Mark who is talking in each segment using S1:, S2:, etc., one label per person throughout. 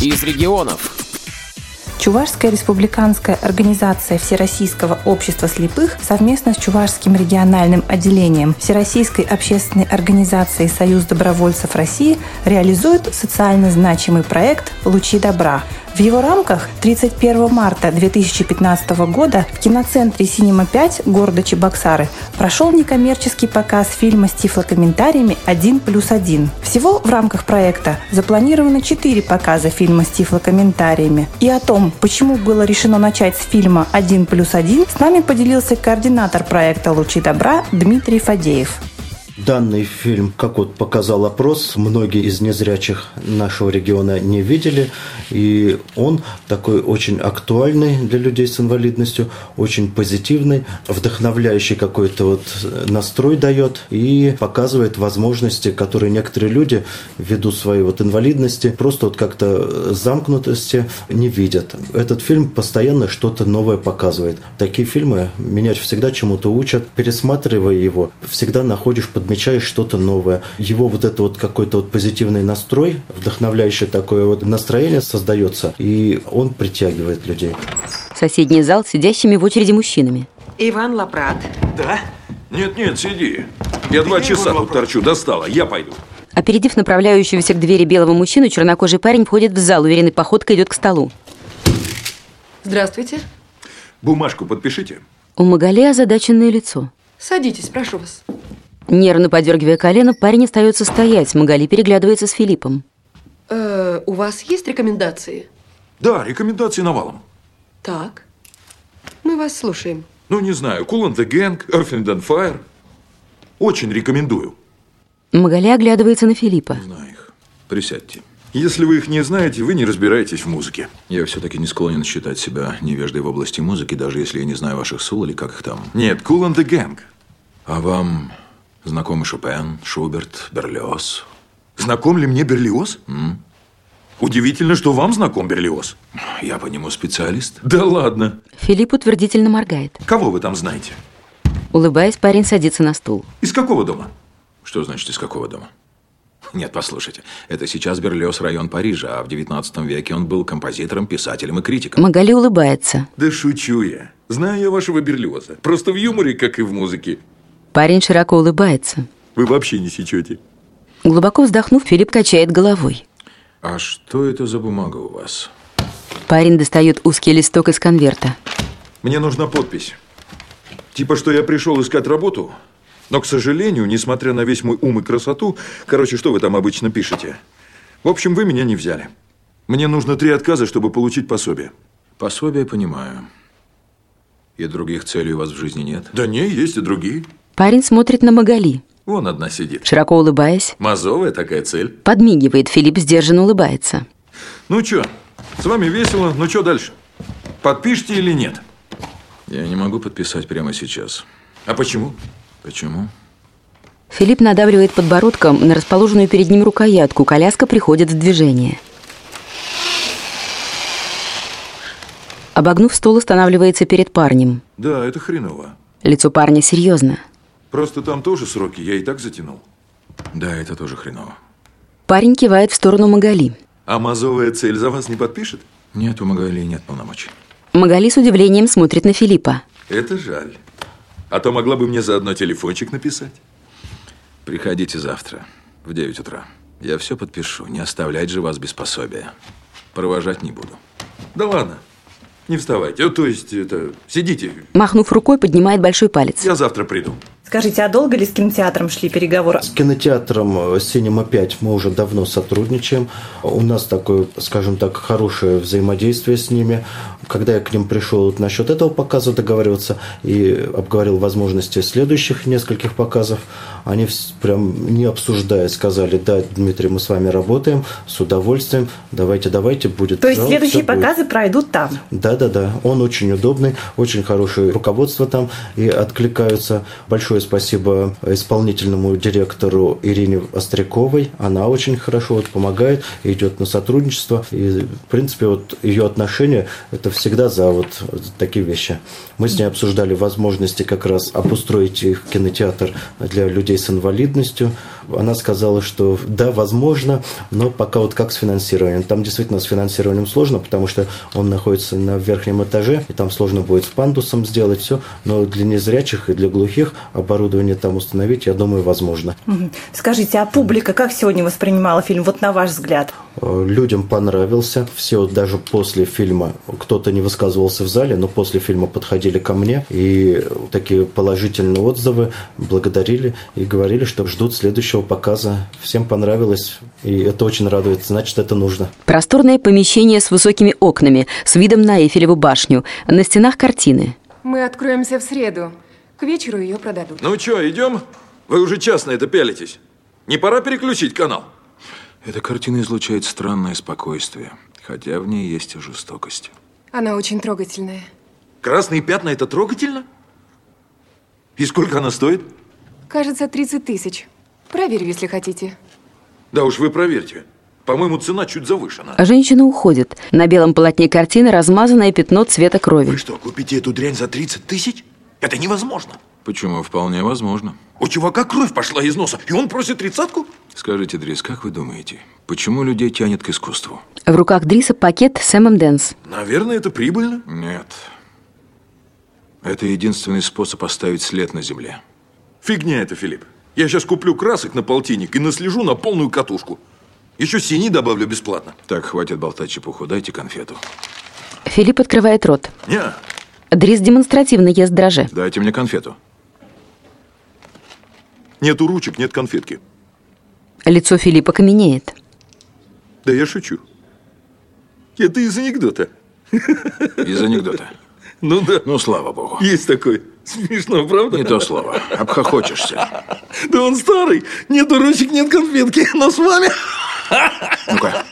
S1: из регионов.
S2: Чувашская республиканская организация Всероссийского общества слепых совместно с Чувашским региональным отделением Всероссийской общественной организации «Союз добровольцев России» реализует социально значимый проект «Лучи добра», в его рамках 31 марта 2015 года в киноцентре «Синема-5» города Чебоксары прошел некоммерческий показ фильма с тифлокомментариями «1 плюс 1». Всего в рамках проекта запланировано 4 показа фильма с тифлокомментариями. И о том, почему было решено начать с фильма «1 плюс 1», с нами поделился координатор проекта «Лучи добра» Дмитрий Фадеев
S3: данный фильм, как вот показал опрос, многие из незрячих нашего региона не видели, и он такой очень актуальный для людей с инвалидностью, очень позитивный, вдохновляющий какой-то вот настрой дает и показывает возможности, которые некоторые люди ввиду своей вот инвалидности просто вот как-то э, замкнутости не видят. Этот фильм постоянно что-то новое показывает. Такие фильмы меня всегда чему-то учат, пересматривая его, всегда находишь под подмечаешь что-то новое. Его вот это вот какой-то вот позитивный настрой, вдохновляющее такое вот настроение создается, и он притягивает людей.
S4: Соседний зал с сидящими в очереди мужчинами.
S5: Иван Лапрат.
S6: Да? Нет-нет, сиди. Я два часа тут торчу, достала, я пойду.
S4: Опередив направляющегося к двери белого мужчину, чернокожий парень входит в зал, уверенной походкой идет к столу.
S5: Здравствуйте.
S6: Бумажку подпишите.
S4: У Магали озадаченное лицо.
S5: Садитесь, прошу вас.
S4: Нервно подергивая колено, парень остается стоять. Магали переглядывается с Филиппом.
S5: Э, у вас есть рекомендации?
S6: Да, рекомендации навалом.
S5: Так. Мы вас слушаем.
S6: Ну, не знаю, Cool and the Gang, Earth and the Fire. Очень рекомендую.
S4: Магали оглядывается на Филиппа.
S6: Не знаю их. Присядьте. Если вы их не знаете, вы не разбираетесь в музыке.
S7: Я все-таки не склонен считать себя невеждой в области музыки, даже если я не знаю ваших сул или как их там.
S6: Нет, Cool and the Gang.
S7: А вам Знакомы Шопен, Шуберт, Берлиоз.
S6: Знаком ли мне Берлиоз?
S7: М?
S6: Удивительно, что вам знаком Берлиоз.
S7: Я по нему специалист.
S6: Да ладно.
S4: Филипп утвердительно моргает.
S6: Кого вы там знаете?
S4: Улыбаясь, парень садится на стул.
S6: Из какого дома?
S7: Что значит из какого дома? Нет, послушайте, это сейчас Берлиоз район Парижа, а в 19 веке он был композитором, писателем и критиком.
S4: Магали улыбается.
S6: Да шучу я. Знаю я вашего Берлиоза. Просто в юморе, как и в музыке.
S4: Парень широко улыбается.
S6: Вы вообще не сечете.
S4: Глубоко вздохнув, Филипп качает головой.
S7: А что это за бумага у вас?
S4: Парень достает узкий листок из конверта.
S6: Мне нужна подпись. Типа, что я пришел искать работу, но, к сожалению, несмотря на весь мой ум и красоту, короче, что вы там обычно пишете? В общем, вы меня не взяли. Мне нужно три отказа, чтобы получить пособие.
S7: Пособие понимаю. И других целей у вас в жизни нет?
S6: Да не, есть и другие.
S4: Парень смотрит на Магали.
S6: Вон одна сидит.
S4: Широко улыбаясь,
S6: Мазовая такая цель.
S4: подмигивает, Филипп сдержанно улыбается.
S6: Ну чё, с вами весело, ну чё дальше? Подпишите или нет?
S7: Я не могу подписать прямо сейчас.
S6: А почему?
S7: Почему?
S4: Филипп надавливает подбородком на расположенную перед ним рукоятку. Коляска приходит в движение. Обогнув стол, останавливается перед парнем.
S6: Да, это хреново.
S4: Лицо парня серьезно.
S6: Просто там тоже сроки, я и так затянул.
S7: Да, это тоже хреново.
S4: Парень кивает в сторону Магали.
S6: А мазовая цель за вас не подпишет?
S7: Нет у Магали нет полномочий.
S4: Магали с удивлением смотрит на Филиппа.
S6: Это жаль. А то могла бы мне заодно телефончик написать.
S7: Приходите завтра в 9 утра. Я все подпишу. Не оставлять же вас без пособия. Провожать не буду.
S6: Да ладно, не вставайте. Э, То есть, это, сидите,
S4: Махнув рукой, поднимает большой палец.
S6: я завтра приду.
S2: Скажите, а долго ли с кинотеатром шли переговоры?
S3: С кинотеатром э, «Синема 5» мы уже давно сотрудничаем. У нас такое, скажем так, хорошее взаимодействие с ними. Когда я к ним пришел вот насчет этого показа договариваться и обговорил возможности следующих нескольких показов, они вс- прям не обсуждая сказали, да, Дмитрий, мы с вами работаем, с удовольствием, давайте, давайте, будет.
S2: То есть
S3: зал,
S2: следующие
S3: всё будет».
S2: показы пройдут там?
S3: Да-да-да, он очень удобный, очень хорошее руководство там и откликаются. Большое спасибо исполнительному директору Ирине Остряковой. Она очень хорошо вот помогает, идет на сотрудничество. И, в принципе, вот ее отношение – это всегда за вот такие вещи. Мы с ней обсуждали возможности как раз обустроить их кинотеатр для людей с инвалидностью, Она сказала, что да, возможно, но пока вот как с финансированием. Там действительно с финансированием сложно, потому что он находится на верхнем этаже, и там сложно будет с пандусом сделать все, но для незрячих и для глухих оборудование там установить, я думаю, возможно.
S1: Мгм. Скажите, а публика как сегодня воспринимала фильм, вот на ваш взгляд?
S3: Э, Людям понравился. Все вот даже после фильма, кто-то не высказывался в зале, но после фильма подходили ко мне и такие положительные отзывы благодарили и говорили, что ждут следующего показа. Всем понравилось, и это очень радует, значит, это нужно.
S4: Просторное помещение с высокими окнами, с видом на Эйфелеву башню. На стенах картины.
S8: Мы откроемся в среду. К вечеру ее продадут.
S6: Ну что, идем? Вы уже час на это пялитесь. Не пора переключить канал?
S7: Эта картина излучает странное спокойствие, хотя в ней есть и жестокость.
S8: Она очень трогательная.
S6: Красные пятна – это трогательно? И сколько она стоит?
S8: Кажется, 30 тысяч. Проверю, если хотите.
S6: Да уж вы проверьте. По-моему, цена чуть завышена.
S4: А Женщина уходит. На белом полотне картины размазанное пятно цвета крови.
S6: Вы что, купите эту дрянь за 30 тысяч? Это невозможно.
S7: Почему? Вполне возможно.
S6: У чувака кровь пошла из носа, и он просит тридцатку?
S7: Скажите, Дрис, как вы думаете, почему людей тянет к искусству?
S4: В руках Дриса пакет с Эмом Дэнс.
S6: Наверное, это прибыльно.
S7: Нет. Это единственный способ оставить след на земле.
S6: Фигня это, Филипп. Я сейчас куплю красок на полтинник и наслежу на полную катушку. Еще синий добавлю бесплатно.
S7: Так, хватит болтать чепуху, дайте конфету.
S4: Филипп открывает рот.
S6: Не,
S4: Дрис демонстративно ест дрожжи.
S7: Дайте мне конфету.
S6: нету ручек, нет конфетки.
S4: Лицо Филиппа каменеет.
S6: Да я шучу. Это из анекдота.
S7: Из анекдота.
S6: Ну да,
S7: Ну, слава богу.
S6: есть такой. Смешно, правда?
S7: Не то слово. Обхохочешься.
S6: Да он старый. Нету ручек, нет конфетки. Но с вами
S7: Ну-ка,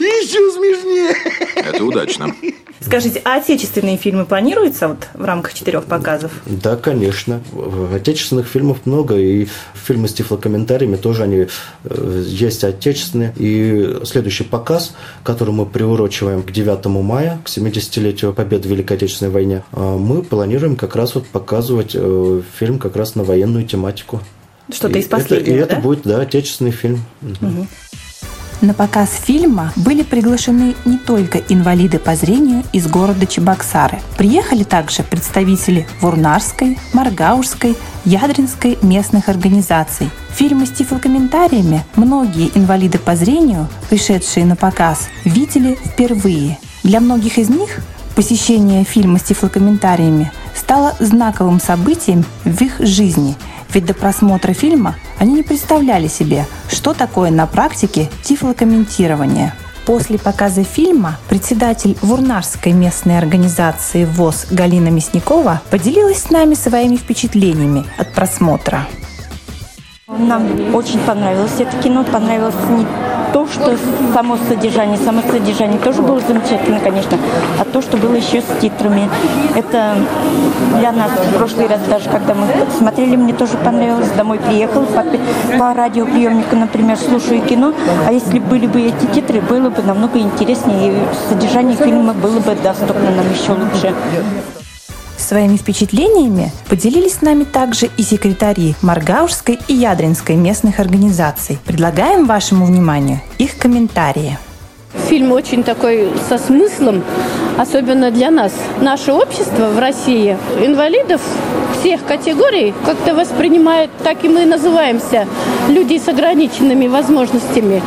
S6: еще смешнее.
S7: это удачно.
S1: Скажите, а отечественные фильмы планируются вот в рамках четырех показов?
S3: Да, конечно. В- Отечественных фильмов много, и фильмы с тифлокомментариями тоже они э, есть отечественные. И следующий показ, который мы приурочиваем к 9 мая, к 70-летию победы в Великой Отечественной войне, э, мы планируем как раз вот показывать э, фильм как раз на военную тематику.
S1: Что-то
S3: И
S1: из
S3: это-
S1: последнего,
S3: И это
S1: да?
S3: будет, да, отечественный фильм.
S2: На показ фильма были приглашены не только инвалиды по зрению из города Чебоксары. Приехали также представители Вурнарской, Маргаушской, Ядринской местных организаций. Фильмы с тифлокомментариями многие инвалиды по зрению, пришедшие на показ, видели впервые. Для многих из них посещение фильма с тифлокомментариями стало знаковым событием в их жизни – ведь до просмотра фильма они не представляли себе, что такое на практике тифлокомментирование. После показа фильма председатель Вурнарской местной организации ВОЗ Галина Мясникова поделилась с нами своими впечатлениями от просмотра.
S9: Нам очень понравилось это кино, понравилось не то, что само содержание, само содержание тоже было замечательно, конечно, а то, что было еще с титрами. Это для нас в прошлый раз даже, когда мы смотрели, мне тоже понравилось. Домой приехал по, по радиоприемнику, например, слушаю кино, а если были бы эти титры, было бы намного интереснее, и содержание фильма было бы доступно нам еще лучше.
S2: Своими впечатлениями поделились с нами также и секретари Маргаушской и Ядринской местных организаций. Предлагаем вашему вниманию их комментарии.
S10: Фильм очень такой со смыслом, особенно для нас. Наше общество в России инвалидов всех категорий как-то воспринимает, так и мы называемся, людей с ограниченными возможностями.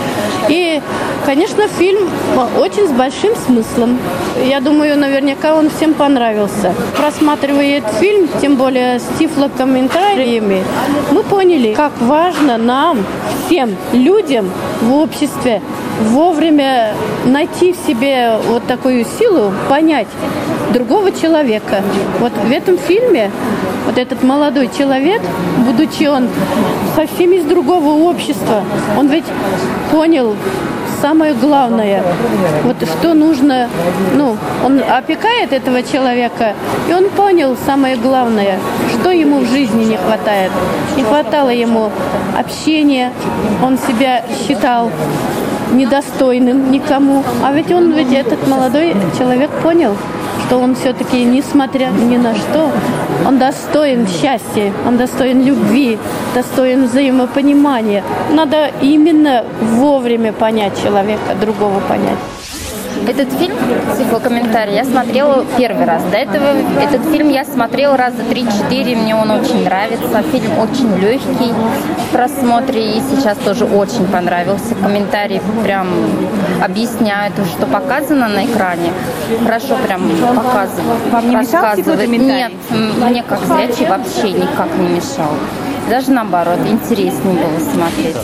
S10: И, конечно, фильм очень с большим смыслом. Я думаю, наверняка он всем понравился. Просматривая этот фильм, тем более с тифлокомментариями, мы поняли, как важно нам, всем людям в обществе, вовремя найти в себе вот такую силу, понять другого человека. Вот в этом фильме вот этот молодой человек, будучи он совсем из другого общества, он ведь понял самое главное, вот что нужно, ну, он опекает этого человека, и он понял самое главное, что ему в жизни не хватает. Не хватало ему общения, он себя считал недостойным никому. А ведь он, ведь этот молодой человек понял, что он все-таки, несмотря ни на что, Он достоин счастья, он достоин любви, достоин взаимопонимания. Надо именно вовремя понять человека, другого понять.
S4: Этот фильм с его комментарием я смотрела первый раз. До этого этот фильм я смотрела раза 3-4, мне он очень нравится. Фильм очень легкий в просмотре и сейчас тоже очень понравился. Комментарии прям объясняют, что показано на экране. Хорошо прям показывают.
S9: Вам не мешал типа
S4: рассказывают.
S9: какой-то комментарий?
S4: Нет, м, мне как зрячий вообще никак не мешал. Даже наоборот, интереснее было смотреть.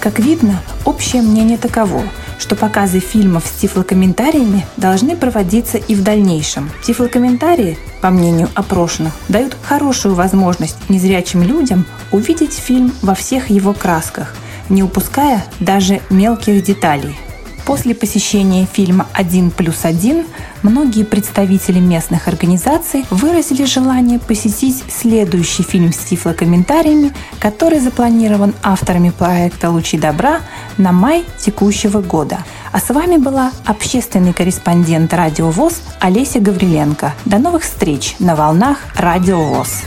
S2: Как видно, общее мнение таково, что показы фильмов с тифлокомментариями должны проводиться и в дальнейшем. Тифлокомментарии, по мнению опрошенных, дают хорошую возможность незрячим людям увидеть фильм во всех его красках, не упуская даже мелких деталей. После посещения фильма «Один плюс один» многие представители местных организаций выразили желание посетить следующий фильм с тифлокомментариями, который запланирован авторами проекта «Лучи добра» на май текущего года. А с вами была общественный корреспондент Радио ВОЗ Олеся Гавриленко. До новых встреч на волнах Радио ВОЗ.